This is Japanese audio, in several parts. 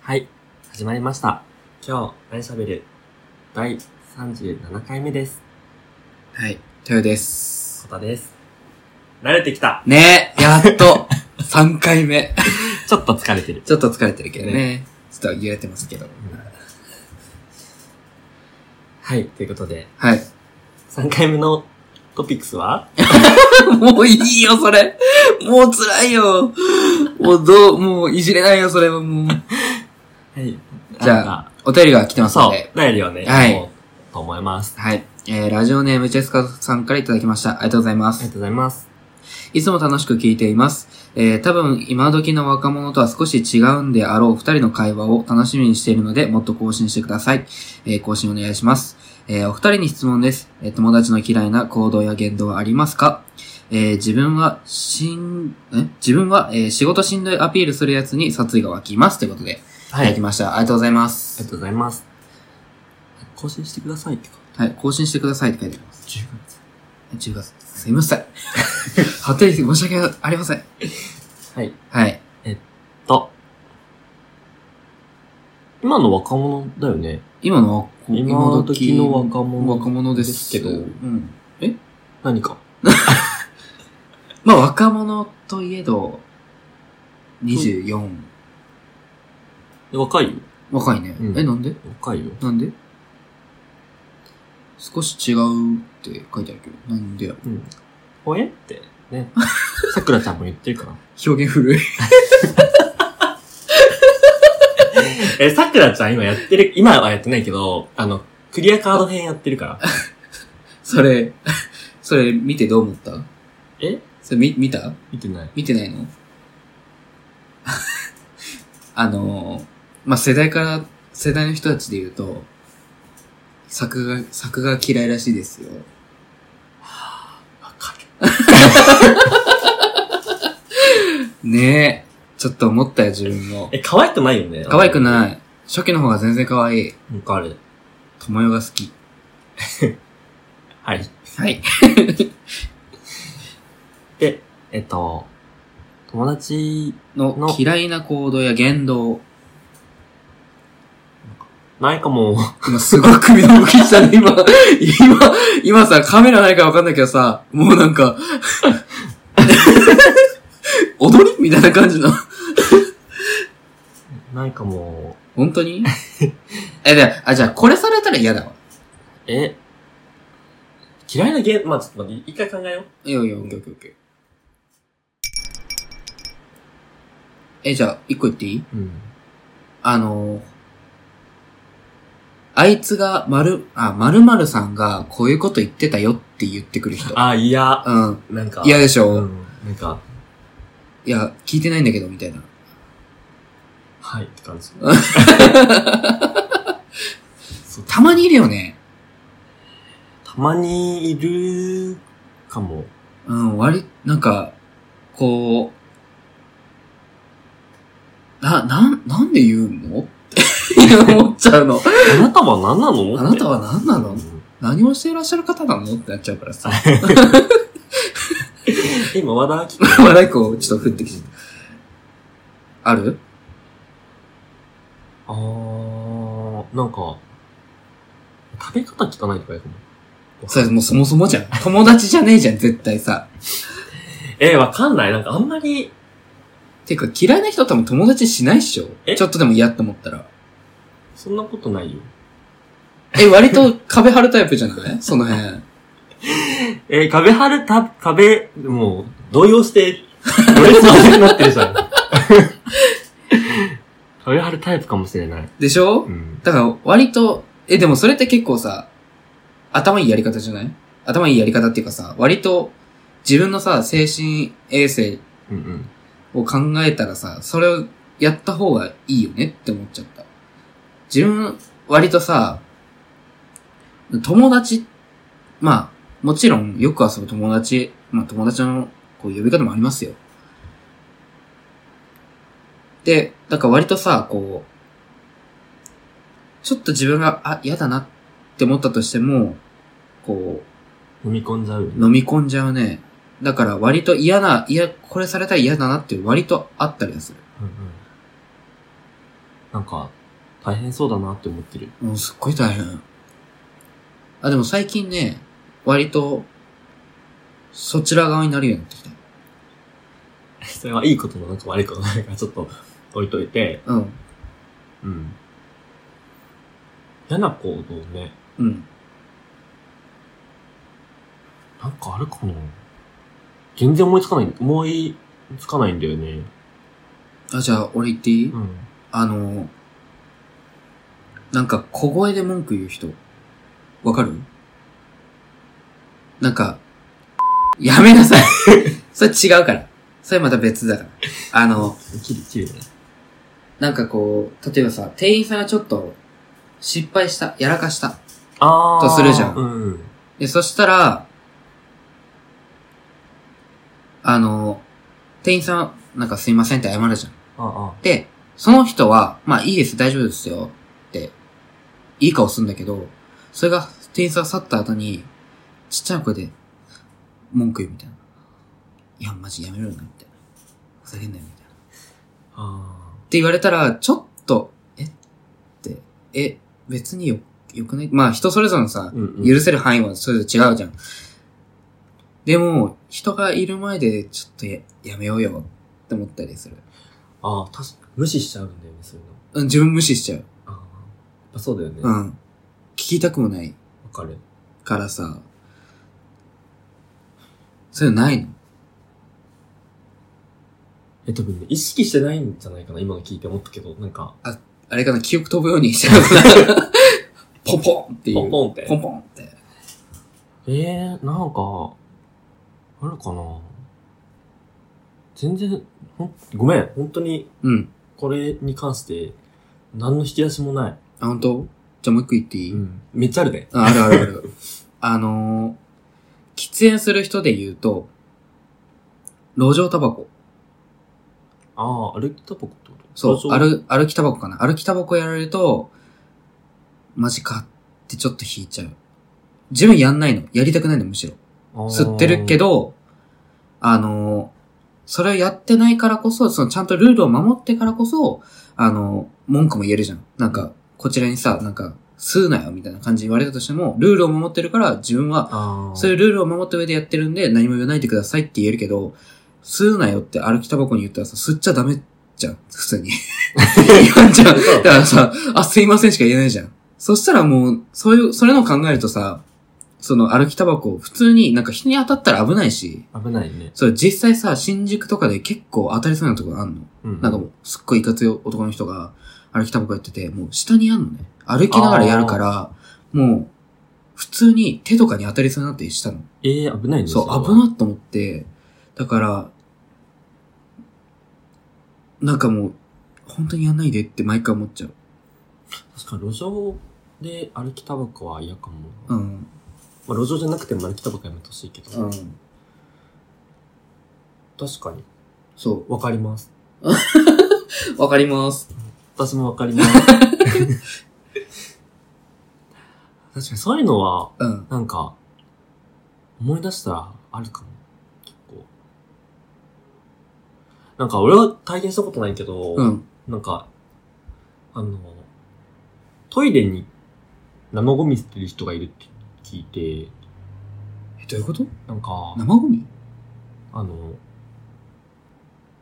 はい、始まりました。今日、何喋る第37回目です。はい、トヨです。こたです。慣れてきたねえ、やっと、3回目。ちょっと疲れてる。ちょっと疲れてるけどね。ちょっと揺れてますけど。はい、ということで、はい。 3回目のトピックスはもういいよ、それ。もう辛いよ。もうどう、もういじれないよ、それはもう。はい。じゃあ、お便りが来てますのそで。う、だよりをね、はい読もうと思います。はい。えー、ラジオネームチェスカさんからいただきました。ありがとうございまありがす。とうございます。いつも楽しく聞いています。えー、多分今時の若者とは少し違うんであろう二人の会話を楽しみにしているので、もっと更新してください。えー、更新お願いします。えー、お二人に質問です。えー、友達の嫌いな行動や言動はありますかえー、自分は、しん、え自分は、えー、仕事しんどいアピールするやつに殺意が湧きます。ということで、、はいい、あただきりがました。ありがとうございます。とうございます。更新してくださいってか。はい、更新してくださいって書いてあります。 10 10月。すいません。 はてり申し訳ありません。月。はい。はい。と。今の若者だよね。今の、こ今時の若者若者ですけど。ですけどうん。何か。まあ、若者といえど、24。え若いよ。若いね。うんえ、なんで若いよ。なんで少し違うって書いてあるけど、なんでやろうん。ほえって、 ね。さくらちゃんも言ってるから。表現古い。 え、さくらちゃん今やってる、今はやってないけど、あの、クリアカード編やってるから。それ、それ見てどう思ったえそれ見、見た見てない。見てないの あのー、まあ、世代から、世代の人たちで言うと、作画、作画嫌いらしいですよ。わかる。 ねえ。ちょっと思ったよ、自分も。え、可愛くないよね。。可愛くないい。初期の方が全然可愛い。わかる。友よが好き。はい。はい。で、えっと、友達、のの嫌いな行動や言動。ないかも。 今すごい首の動きしたね、今。今、今さ、カメラないからわかんないけどさ、もうなんか、踊りみたいな感じの。ないかも。本当に え、で、あ、じゃあ、これされたら嫌だわ。え、嫌いなゲーム、まあ、ちょっと待って、一回考えよう。いやいや、オッケーオッケーオッケー。え、じゃあ、一個言っていいうん。あのー、あいつが、まる、あ、まるまるさんが、こういうこと言ってたよって言ってくる人。あ、いや、うん。なんか。嫌でしょ、うん。なんか、いや、聞いてないんだけど、みたいな。はいって 感じ。そうたまにいるよね。たまにいるかも。うん、割、なんか、こう、な、なん、なんで言うのって思っちゃうの。あなたは何なのあなたは何なうのん何をしていらっしゃる方なのってなっちゃうからさ。今、和田明子。笑い子、ちょっと降ってきて。あるあー、なんか、食べ方汚いとか言うかも。それもうそもそもじゃん。友達じゃねえじゃん、絶対さ。えー、わかんない。なんかあんまり、てか、嫌いな人とも友達しないっしょえちょっとでも嫌って思ったら。そんなことないよ。え、割と壁張るタイプじゃないその辺。えー、壁張るた、壁、もう、動揺して、ドレスのになってるじゃ ん。壁張るタイプかもしれない。でしょうん。だから、割と、え、でもそれって結構さ、頭いいやり方じゃない頭いいやり方っていうかさ、割と、自分のさ、精神衛生うんうん。を考えたらさ、それをやった方がいいよねって思っちゃった。自分、割とさ、友達、まあ、もちろんよく遊ぶ友達、まあ友達のこう呼び方もありますよ。で、だから割とさ、こう、ちょっと自分が、あ、嫌だなって思ったとしても、こ飲み込んじゃうよね。う、飲み込んじゃうね。だから割と嫌な、いや、これされたら嫌だなっていう割とあったりはする。うんうん。なんか、大変そうだなって思ってる。もうすっごい大変。あ、でも最近ね、割と、そちら側になるようになってきた。 それはいいこともなんか悪いこともないから、ちょっと置いといて。うん。うん。嫌な行動ね。うん。なんかあるかな全然思いつかない、思いつかないんだよね。あ、じゃあ、俺言っていい、うん。あの、なんか小声で文句言う人、わかるなんか、やめなさ いそれ違うから。それまた別だから。あの、切る、切るね。なんかこう、例えばさ、店員さんがちょっと失敗した、やらかした。あー。とするじゃんうん。で、そしたら、あの、店員さん、なんかすいませんって謝るじゃん。ああ。で、その人は、まあいいです、大丈夫ですよって、いい顔するんだけど、それが店員さん去った後に、ちっちゃな声で、文句言うみたいな。いや、マジやめろよな、みたいな。ふざけんなよ、みたいな。あって言われたら、ちょっと、えって、え、別によ、よくないまあ人それぞれのさ、ー。うん、うん。許せる範囲はそれぞれ違うじゃん。でも、人がいる前でちょっとややめようよって思ったりする。ああ、確か無視しちゃうんだよね、そういうの。うん自分無視しちゃう。ああ。やっぱそうだよね。うわん。聞きたくもないかる。からさ。そういうのないのえ、多分ね、意識してないんじゃないかな、今の聞いて思ったけど、なんか、あれかな記憶飛ぶようにしちゃう な。ポンポンっていう。ポンポンってポンポンって。ええー、なんか、あるかな全然、ほん、ごめん、本当に、うん。これに関して、何の引き出しもない。あ、本当？じゃあもう一個言っていい、ん。めっちゃあるね。ああるあるある。 あのー、喫煙する人で言うと、路上タバコ。ああ、歩きタバコってことそう、歩、歩きタバコかな。歩きタバコやられると、マジかってちょっと引いちゃう。自分やんないの。やりたくないの、むしろ。吸ってるけど、ど、あの、それをやってないからこそ、そのちゃんとルールを守ってからこそ、あの、文句も言えるじゃん。なんか、こちらにさ、なんか、吸うなよみたいな感じで言われたとしても、ルールを守ってるから自分は、ああ。そういうルールを守った上でやってるんで何も言わないでくださいって言えるけど、吸うなよって歩きタバコに言ったらさ、吸っちゃダメじゃん。普通に。言わんじゃん。だからさ、あ、すいませんしか言えないじゃん。そしたらもう、そういう、それのを考えるとさ、その歩きタバコ、普通になんか人に当たったら危ないし、危ないね。それ実際さ、新宿とかで結構当たりそうなところあんの。うんなんかもう、すっごいいかつい男の人が歩きタバコやってて、もう下にあんのね。歩きながらやるから、もう、普通に手とかに当たりそうになってしたの。ええー、危ないね。そう、危い。なっと思って、だから、なんかもう、本当にやんないでって毎回思っちゃう。確かに路上で歩きタバコは嫌かも。うん。まあ、路上じゃなくても歩きタバコやめてほしいけど、うん。確かに。そわかります。う。わかります。私もわかります。確かにそういうのは、うん。なんか、思い出したらあるかも。結構。なんか俺は体験したことないけど、うん。なんか、あの、トイレに生ゴミ捨てる人がいるって聞いて、え、どういうことなんか、生ゴミあの、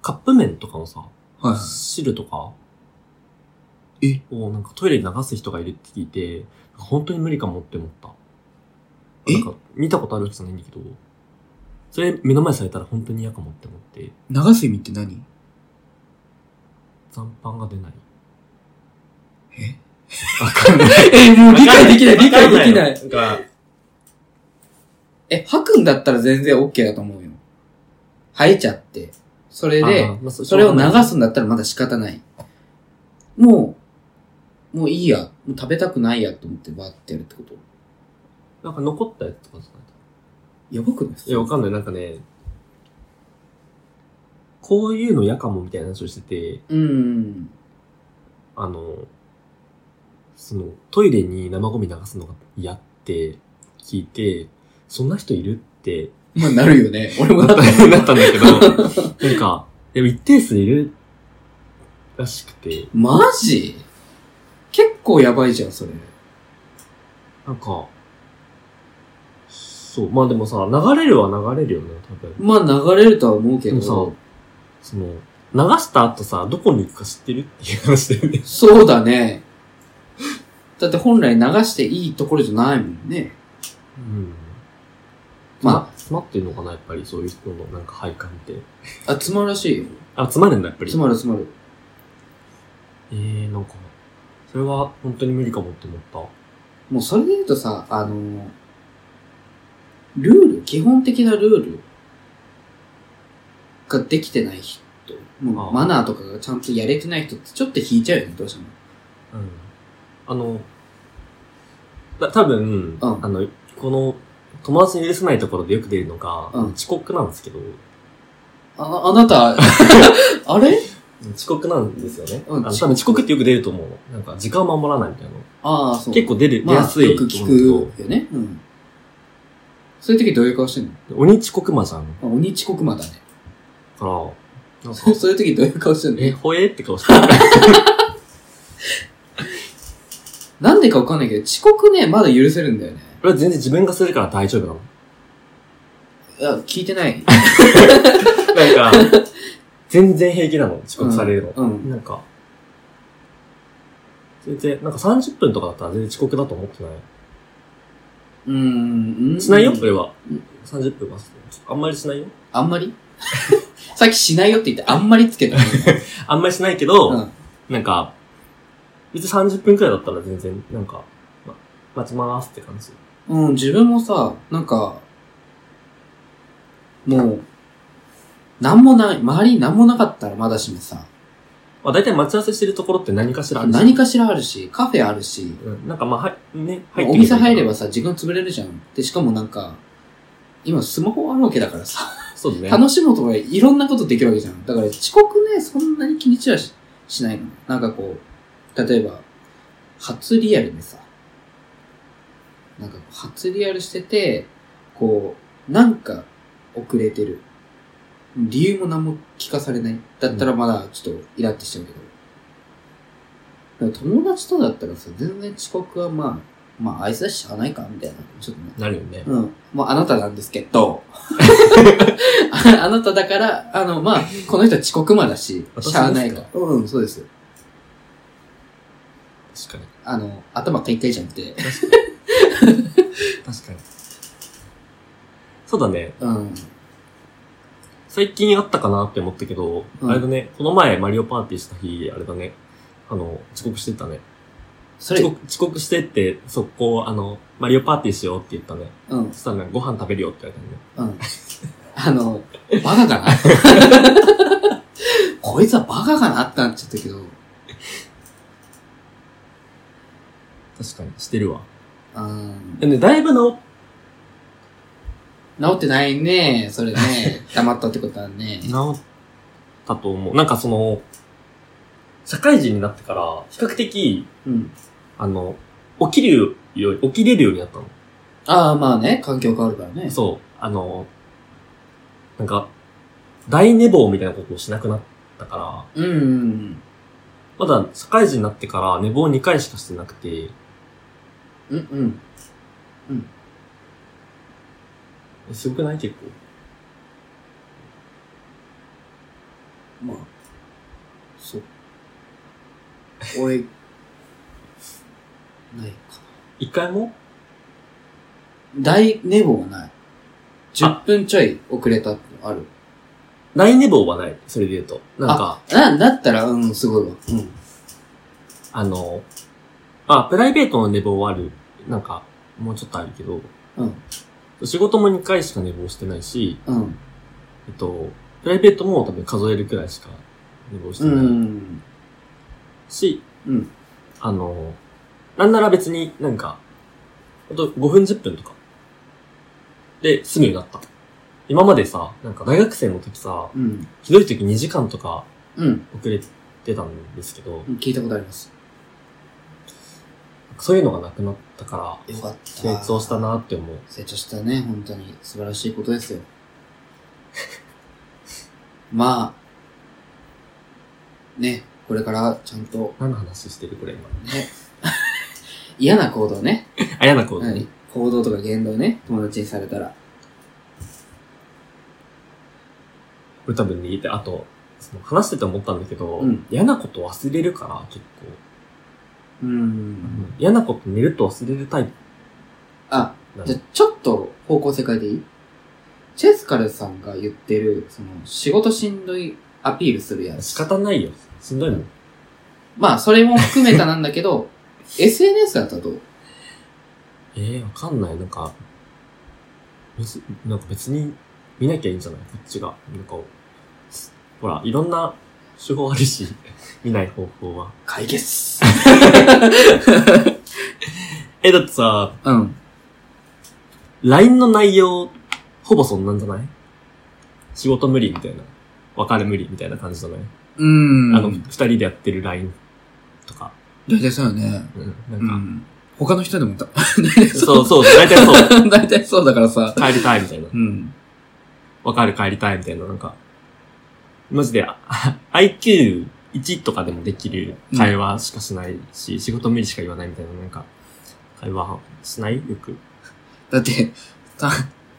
カップ麺とかのさ、はい。汁とかえをなんかトイレに流す人がいるって聞いて、本当に無理かもって思った。えなんか見たことあるわけじゃないんだけど、それ目の前にされたら本当に嫌かもって思って、流す意味って何残飯が出ない。えわかんない。え、もう理解できない、理解できなわい。かんない。なんか、え、吐くんだったら全然 OK だと思うよ。吐いちゃって。それで、あーまあそそれを流すんだったらまだ仕方ない。もう、もういいや。もう食べたくないやと思ってバーってやるってこと。なんか残ったやつとかじゃないやばくないですいや、わかんない。なんかね、こういうの嫌かもみたいな話をしてて、うん。あの、その、トイレに生ゴミ流すのが嫌って聞いて、そんな人いるってまあ、なるよ ね。俺もなだっったた。なったんだけど、なんか、でも一定数いるらしくて、マジ結構やばいじゃん、それ。なんか、そう、まあでもさ、流れるは流れるよね、多分。まあ、流れるとは思うけでど。もさ、その、流した後さ、どこに行くか知ってるっていう話だよね。そうだね。だって本来流していいところじゃないもんね。うん。まあ、詰まってるのかな、やっぱり、そういう人のなんか配管って。あ、詰まるらしいよ。あ、詰まるんだ、やっぱり。詰まる詰まる。えー、なんか、それは本当に無理かもって思った。もうそれで言うとさ、あの、ルール、基本的なルールができてない人、あもあうマナーとかがちゃんとやれてない人ってちょっと引いちゃうよね、どうしても。うん。あの、だ多分、うんあの、この、友達に許せないところでよく出るのが、うん遅刻なんですけど、あ、あなた、 あれ遅刻なんですよね。うあんの遅多刻分遅刻ってよく出ると思うの。なんか、時間を守らないみたいなの。ああ、そう。結構出る、出やまあ、すいよとく思うんだけど。聞くよね。うん。そういう時どういう顔してんの鬼遅刻魔じゃん。あ鬼遅刻魔だね。 から、なんかそ、そういう時どういう顔してんのえ、ほえって顔してる。 なんでかわかんないけど、遅刻ね、まだ許せるんだよね。俺は全然自分がするから大丈夫なの。いや、聞い てなない。ん か、全然平気なの、遅刻されるの。うん。なんか、全然、なんか30分とかだったら全然遅刻だと思ってない。うん。うんしないよ、俺はうん。 30分は。あんまりしないよ。あんまり さっきしないよって言って、あんまりつけた。あんまりしないけど、うんなんか、別に30分くらいだったら全然、なんか、ま、待ちまーすって感じ。うん、自分もさ、なんか、もう、なんもない、周りになんもなかったらまだしもさ、まあ大体待ち合わせしてるところって何かしらあるし何かしらあるし、カフェあるし、うん、なんかまあ、はい、ね、入っておみて店もい入いかれなばさ、時間潰れるじゃん。で、しかもなんか、今スマホあるわけだからさ、そうだね。楽しもうとかいろんなことできるわけじゃん。だから遅刻ね、そんなに気にちはししないの。なんかこう、例えば、初リアルでさ、なんかこう初リアルしてて、こう、なんか遅れてる。理由も何も聞かされない。だったらまだちょっとイラってしちゃうけど。だから友達とだったらさ、全然遅刻はまあ、まあ、あいつだししゃあないか、みたいな。ちょっとね。なるよね。うん。もうあなたなんですけど。 ああなただから、あの、まあ、この人は遅刻魔だし、私しゃあないかでら。うん、そうです。確かに。あの、頭かいかいじゃなくて。確かに。そうだね。うん。最近あったかなって思ったけど、うんあれだね。この前マリオパーティーした日、あれだね。あの、遅刻してたね。それ遅、刻遅刻してって、速攻、あの、マリオパーティーしようって言ったね。うんそ、したらなんかご飯食べるよって言われたね。うん。あの、バカかな こいつはバカかなってなっちゃったけど、確かに。してるわ。うん。でね、だいぶの、治ってないね、それね。黙ったってことはね。治ったと思う。なんかその、社会人になってから、比較的、うん。あの、起きるよう、起きれるようになったの。ああ、まあね、環境変わるからね。そう、あの、なんか、大寝坊みたいなことをしなくなったから、うんうんまだ社会人になってから寝坊2回しかしてなくて、うん。うんうん。すごくない結構。まあ、そう。俺、ないか1回もな。大寝坊はない。10分ちょい遅れたってのある。大寝坊はない。それで言うと。なんか、な、だったら、うん、すごいわ。うん。あの、まあ、プライベートの寝坊はある。なんか、もうちょっとあるけど、うん。仕事も2回しか寝坊してないし、うん。えっと、プライベートも多分数えるくらいしか寝坊してうない。ん。し、うんあの、なんなら別になんか、ほんと5分10分とか、で、済むようになった。今までさ、なんか大学生の時さ、うん。ひどい時2時間とかうん。遅れてたんですけど、聞いたことあります。そういうのがなくなったかよから、った。成長した。なって思う。成長したね、本当に。素晴らしいことですよ。 まあ、ね、これからちゃんと、何の話してるこれ今。ね、 嫌な行動ね。あ、嫌な行動はいね。行動とか言動ね、友達にされたら。これ多分ね、であと、その話してて思ったんだけど、うん嫌なこと忘れるから、結構。うーん。嫌なこと寝ると忘れるタイプあ、なじゃのあ。ちょっと方向性変えていいチェスカルさんが言ってる、その、仕事しんどいアピールするやつ。仕方ないよ。しんどいもん。まあ、それも含めたなんだけど、SNS だったらどうええー、わかんない。なんか、別、なんか別に見なきゃいいんじゃないこっちが。なんか、すほら、いろんな手法あるし、見ない方法は。解決。え、だってさ、うん。 LINE の内容、ほぼそんなんじゃない仕事無理みたいな。別れ無理みたいな感じじゃない、うーん。あの、二人でやってる LINE とか。大体そうよね。うん、うなんか、ん。他の人でもだ、 大体そうそう、大体そう。う。 大体そうだからさ。帰りたいみたいな。うん。別れ帰りたいみたいな、なんか。マジで、IQ1 とかでもできる会話しかしないし、仕事無理しか言わないみたいな、なんか、会話しないよく。だって、さ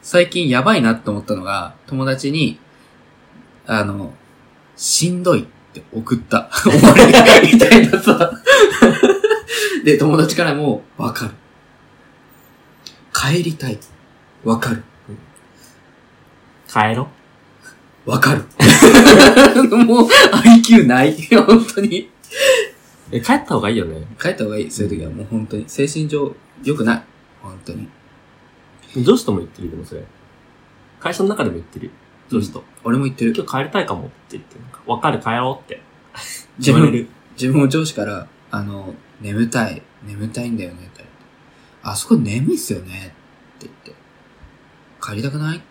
最近やばいなって思ったのが、友達に、あの、しんどいって送 った。お前みたいなさ。で、友達からも、わかる。帰りたい。わかる。帰ろわか る。もう、IQ ない。本当に。え、帰った方がいいよね。帰った方がいい。そういう時はもう本当に。精神上、良くない。本当に。上司とも言ってるでもそれ。会社の中でも言ってる。上司と。俺も言ってる。今日帰りたいかもって言って、なんか、わかる帰ろうって。自言われ分、る。自分も上司から、あの、眠たい、眠たいんだよね、って言われて。あそこ眠いっすよね、って言って。帰りたくない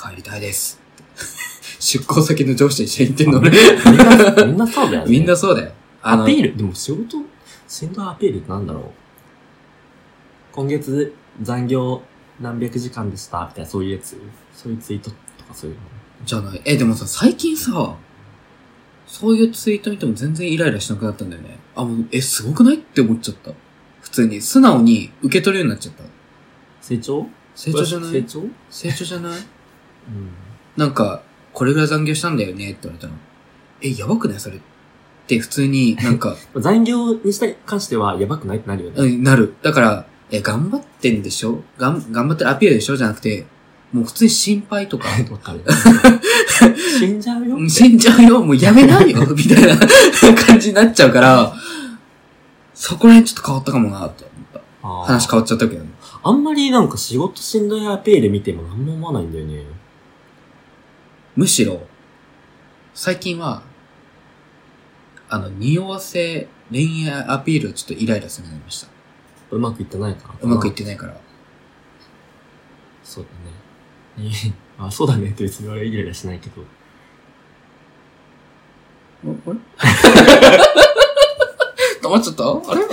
帰りたいです。 って出向先の上司と一緒に行って んの俺。みんな、みんなそうだよね。 みんなそうだよ。あアの、ピール、でも仕事、しんどいアピールってなんだろう今月残業何百時間でしたみたいな、そういうやつ。そういうツイートとかそういうの。じゃない。え、でもさ、最近さ、そういうツイート見ても全然イライラしなくなったんだよね。あ、もう、え、すごくないって思っちゃった。普通に、素直に受け取るようになっちゃった。成長成長じゃな成い長う成長じゃないん。なんか、これぐらい残業したんだよねって言われたの。え、やばくないそれって普通になんか、 残業にした関してはやばくないってなるようね。ん、なる。だから、え、頑張ってんでしょがん、頑張ってるアピールでしょじゃなくて、もう普通に心配とか、 わかる。死んじゃうようん死んじゃうよもうやめない よみたいな 感じになっちゃうから、そこら辺ちょっと変わったかもなと思っあた。ー話変わっちゃったけど。あんまりなんか仕事しんどいアピール見ても何も思わないんだよね。むしろ、最近は、あの、匂わせ恋愛アピールをちょっとイライラするようになりました。うまくいってないから。うまくいってないから。そうだね。 あ、そうだねって別に俺はイライラしないけど。あれ止まっちゃったあれ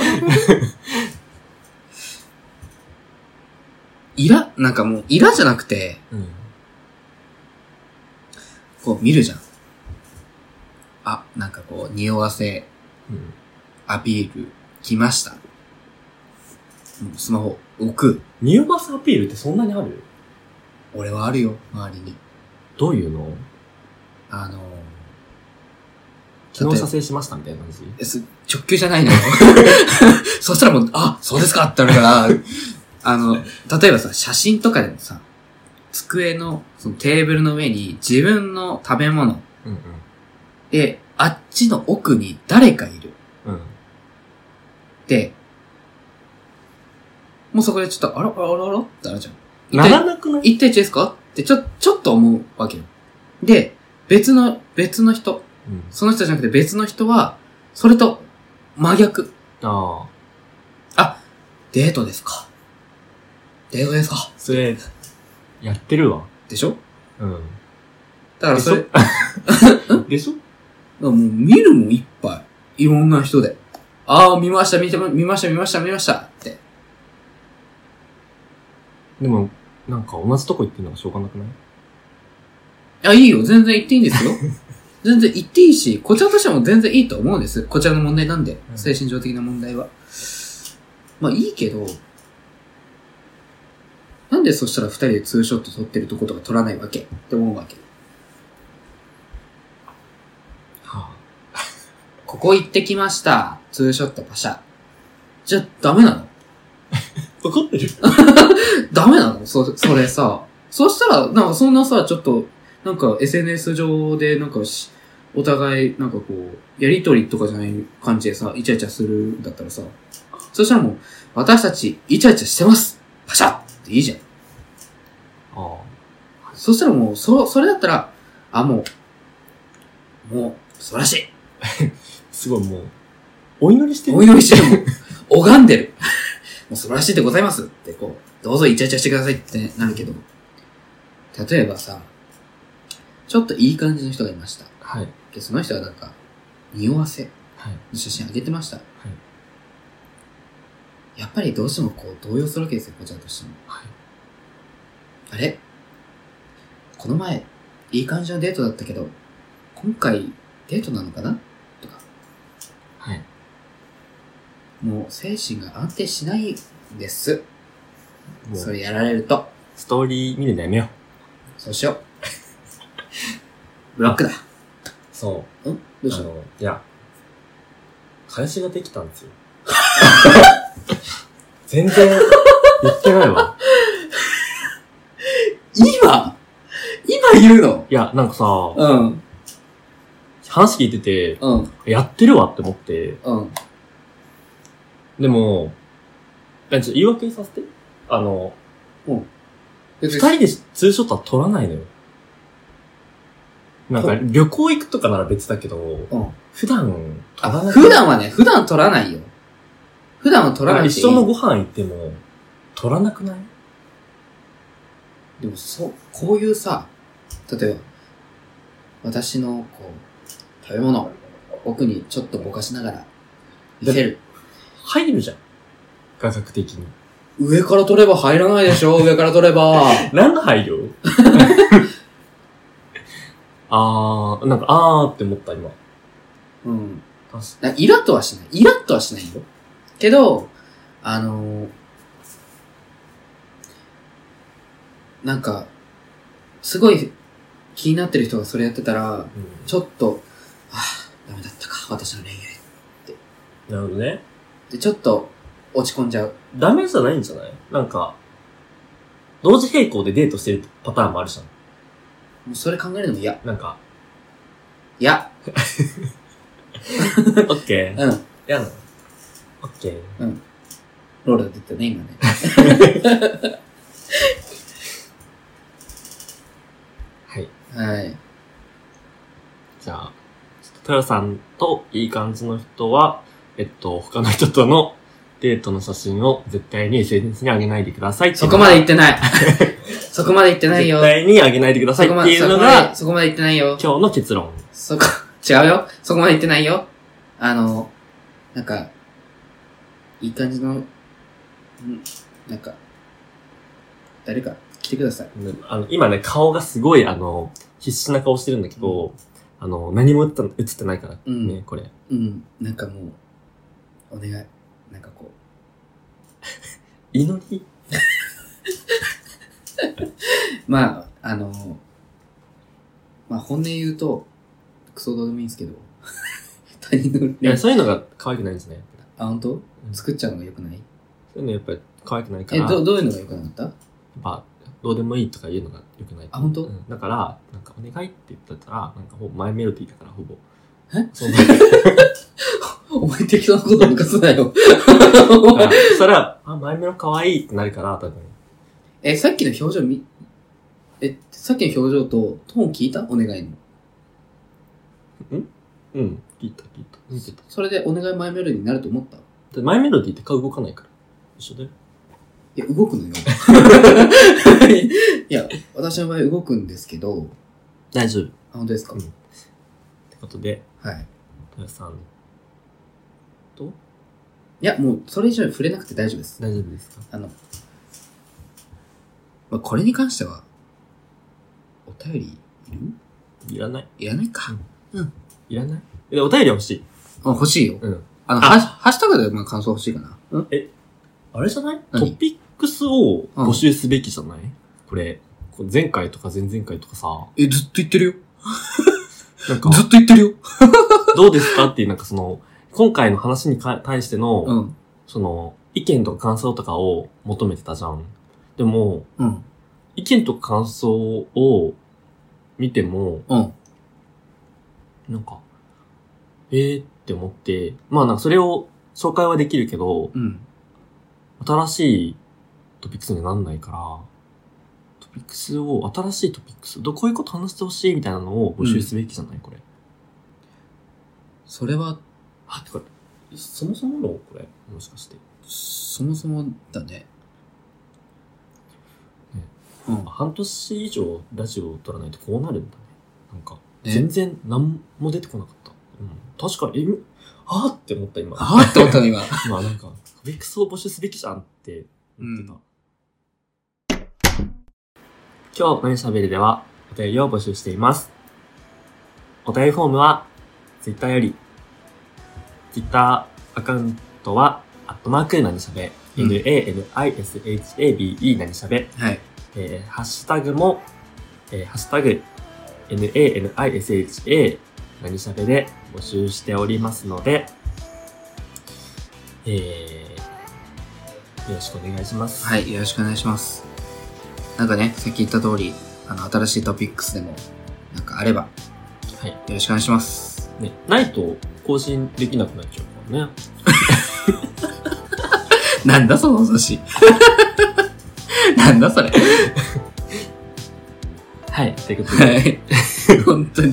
イラ、なんかもう、イラじゃなくて、うん。こう見るじゃん。あ、なんかこう、匂わせ、うん。アピール、来ました。もうスマホ、置く。匂わせアピールってそんなにある俺はあるよ、周りに。どういうのあのー、昨日例え射ば精しましたみたいな感じえす直球じゃないのよ。 そしたらもう、あ、そうですかってなるから、あの、例えばさ、写真とかでもさ、机の、そのテーブルの上に自分の食べ物うんで、あっちの奥に誰かいる。うん。うん。で、もうそこでちょっと、あら、あら、あらってなるじゃん。ならなくない一対一ですかってちょ、ちょっと思うわけよ。で、別の、別の人、うん。その人じゃなくて別の人は、それと真逆。ああ。デートですかデートですかそれ、やってるわ。でしょうだからそれ、ん。 でしょもう見るもんいっぱい。いろんな人で。ああ、見ました、見てま見ました、見ました、見ましたって。でも、なんか同じとこ行ってるのがしょうがなくないあ、いいよ。全然言っていい んですよ。全然言っていいし、こちらとしても全然いいと思うんです。こちらの問題なんでう。ん精神上的な問題は。まあいいけど、なんでそしたら二人でツーショット撮ってるとことか撮らないわけって思うわけ。はここ行ってきました。ツーショットパシャ。じゃ、ダメなのぁ、怒ってるダメなのそ、それさ。そしたら、なんかそんなさ、ちょっと、なんか SNS 上で、なんかし、お互い、なんかこう、やりとりとかじゃない感じでさ、イチャイチャするんだったらさ、そしたらもう、私たち、イチャイチャしてますパシャっていいじゃん。あそしたらもう、そ、それだったら、あ、もう、もう、素晴らしいあ、すごいもう、お祈りしてお祈りしてるもん。拝んでる。もう素晴らしいでございますって、こう、どうぞイチャイチャしてくださいってなるけど。例えばさ、ちょっといい感じの人がいました。はい。で、その人はなんか、匂わせはい。の写真あげてました。やっぱりどうしてもこう、動揺するわけですよ、こちらとしても。はいあれこの前、いい感じのデートだったけど、今回、デートなのかなとか、はい。もう精神が安定しないんです。も、そうれやられると。ストーリー見るのやめよう。そうしよう。ブ ロックだ。そう。んどうしたあのの、いや、彼氏ができたんです よ。全然、言ってないわ。今今言うのいや、なんかさ、うん、話聞いてて、うん、やってるわって思って、うん。でも、なんかちょっと言い訳させて。あの、二二人でツーショットは撮らないのよ。なんか、旅行行くとかなら別だけど、うん。普段、撮らない。普段はね、普段取らないよ。普段は取らななんいかでい一い緒のご飯行っても、撮らなくないでもそう、こういうさ、例えば、私の、こう、食べ物、奥にちょっとぼかしながら、見せる。入るじゃん。画角的に。上から取れば入らないでしょ上から取れば。何の配 慮あー、なんか、あーって思った、今。 うん。確なイラッとはしない。イラッとはしないよ。けど、あのーなんか、すごい気になってる人がそれやってたら、ちょょっと、ああ、ダメだったか、私の恋愛。なるほどね。で、ちょっと落ち込んじゃう。ダメじゃないんじゃないなんか、同時並行でデートしてるパターンもあるじゃん。もうそれ考えるのも嫌。なんか、嫌。 オッケー。うん。やなのオッケー。ローラ出てたね、今ね。はい。はい。じゃあ、ちょっとトヨさんといい感じの人は、えっと、他の人とのデートの写真を絶対に SNS に上げないでくださいってい そうこのが。まで言ってない。 そこまで言ってないよ。絶対に上げないでくださいそってこまで、いうそこのまがで、、そこまで言ってないよ。今日の結論。そこ、 違うよ。そこまで言ってないよ。あの、なんか、いい感じの、んなんか、誰か来てください。ねあの、今ね、顔がすごい、あの、必死な顔してるんだけど、あの、何も映った映ってないから、ね、うんこれ。うん。なんかもう、お願い。なんかこ祈りう。まあ、あの、まあ本音言うと、クソどうでもいいんですけど、 他人のいや、ね、そういうのが可愛くないんですね。あ、本当うん作っちゃうのが良くないそういうのやっぱり可愛くないかえ、ら、ど、やっどういうのが良くなかったぱ、どうでもいいとか言うのが良くない。あ、本当、うんだから、なんか、お願いって言ったら、なんか、ほぼ、マイメロディーだから、ほぼ。えそうなんだお前適当なこと抜かす なよ。から、そしたら、あ、マイメロ可愛いってなるから、多分。え、さっきの表情み、え、さっきの表情と、トーン聞いたお願いの。うん、聞いた、聞いた。見てた。それでお願い前メロディーになると思ったでマイメロディーって顔動かないから。一緒だよ。いや、動くのよ。 いや、私の場合動くんですけど、大丈夫。っあ、本当ですか、うんてことで、はい。豊さん、いや、もう、それ以上に触れなくて大丈夫です。大丈夫ですかあの、まあ、これに関しては、お便りいるいらない。いらないか。いらないえでお便りは欲しい。あ、欲しいよ。うんあの、あハッハッシュタグでまあ感想欲しいかな。うんあれじゃないト何ピックスを募集すべきじゃない、これ、こう前回とか前々回とか さ、え、ずっと言ってるよ。なんか、ずっと言ってるよ。どうですかっていう、なんかその、今回の話にか対しての、うん。その、意見とか感想とかを求めてたじゃん。でも、うん。意見とか感想を見ても、うん。なんか、えーって思って、まあなんかそれを紹介はできるけど、うん。新しいトピックスにはなんないから、トピックスを、新しいトピックス、どこういうこと話してほしいみたいなのを募集すべきじゃない、これ。それは、あ、てか、そもそものこれ、もしかして。そもそもだね。うん。半年以上ラジオを撮らないとこうなるんだね。なんか、ね全然何も出てこなかった。うん、確かに、え、あーって思った今。あーって思ったの今。 今なんか、トピックスを募集すべきじゃんって思ってた。うん今日、何しゃべりでは、お便りを募集しています。お便りフォームは、ツイッターより、ツイッターアカウントは、アットマーク、何しゃべ、うん nanishabe、何しゃべ、はい。えーハッシュタグも、えーハッシュタグ、nanisha、何しゃべで募集しておりますので、えー、よろしくお願いします。い。はい。よろしくお願いします。なんかね、さっき言った通り、あの、新しいトピックスでも、なんかあれば、はいよろしくお願いします。ね、ないと更新できなくなっちゃうからね。 なんだそのお寿 司。なんだそれ。はい。ということ はで。い。本当に。い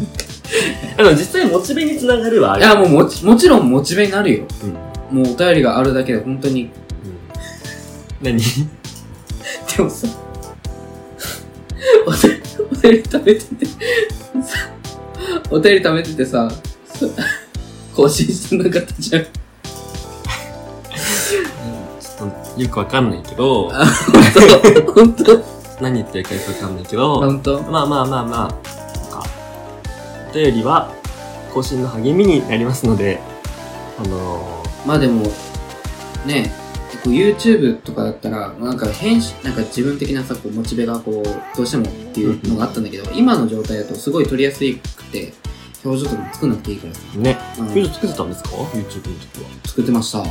でも実際モチベにつながるはある。や、もうもち、もちろんモチベになるよ。うん。うん。もうお便りがあるだけで本当に。何 でもさ、お便り、お便り食べてて、さ、お便り食べててさ、さ更新してなかったじゃん。ちょっとよくわかんないけど、本当本何言ってるかよくわかんないけ当ど、本当まあまあまあまあ、なんか、お便りは更新の励みになりますので、あのまあでも、ね、こう YouTube とかだったら、なんか編集、なんか自分的なさ、こうモチベがこう、どうしてもっていうのがあったんだけど、今の状態だとすごい撮りやすくて、表情とかも作んなくていいからさ。ー、ね、うんクイズ作ってたんですか ?YouTube の時は。作ってました。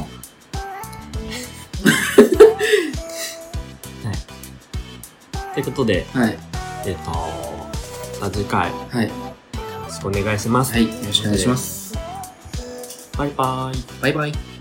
ということで、はい。えっ、とまた次回、よはい。ろしくお願いします。はい。よろしくお願いします。バイバイ。バイバイ。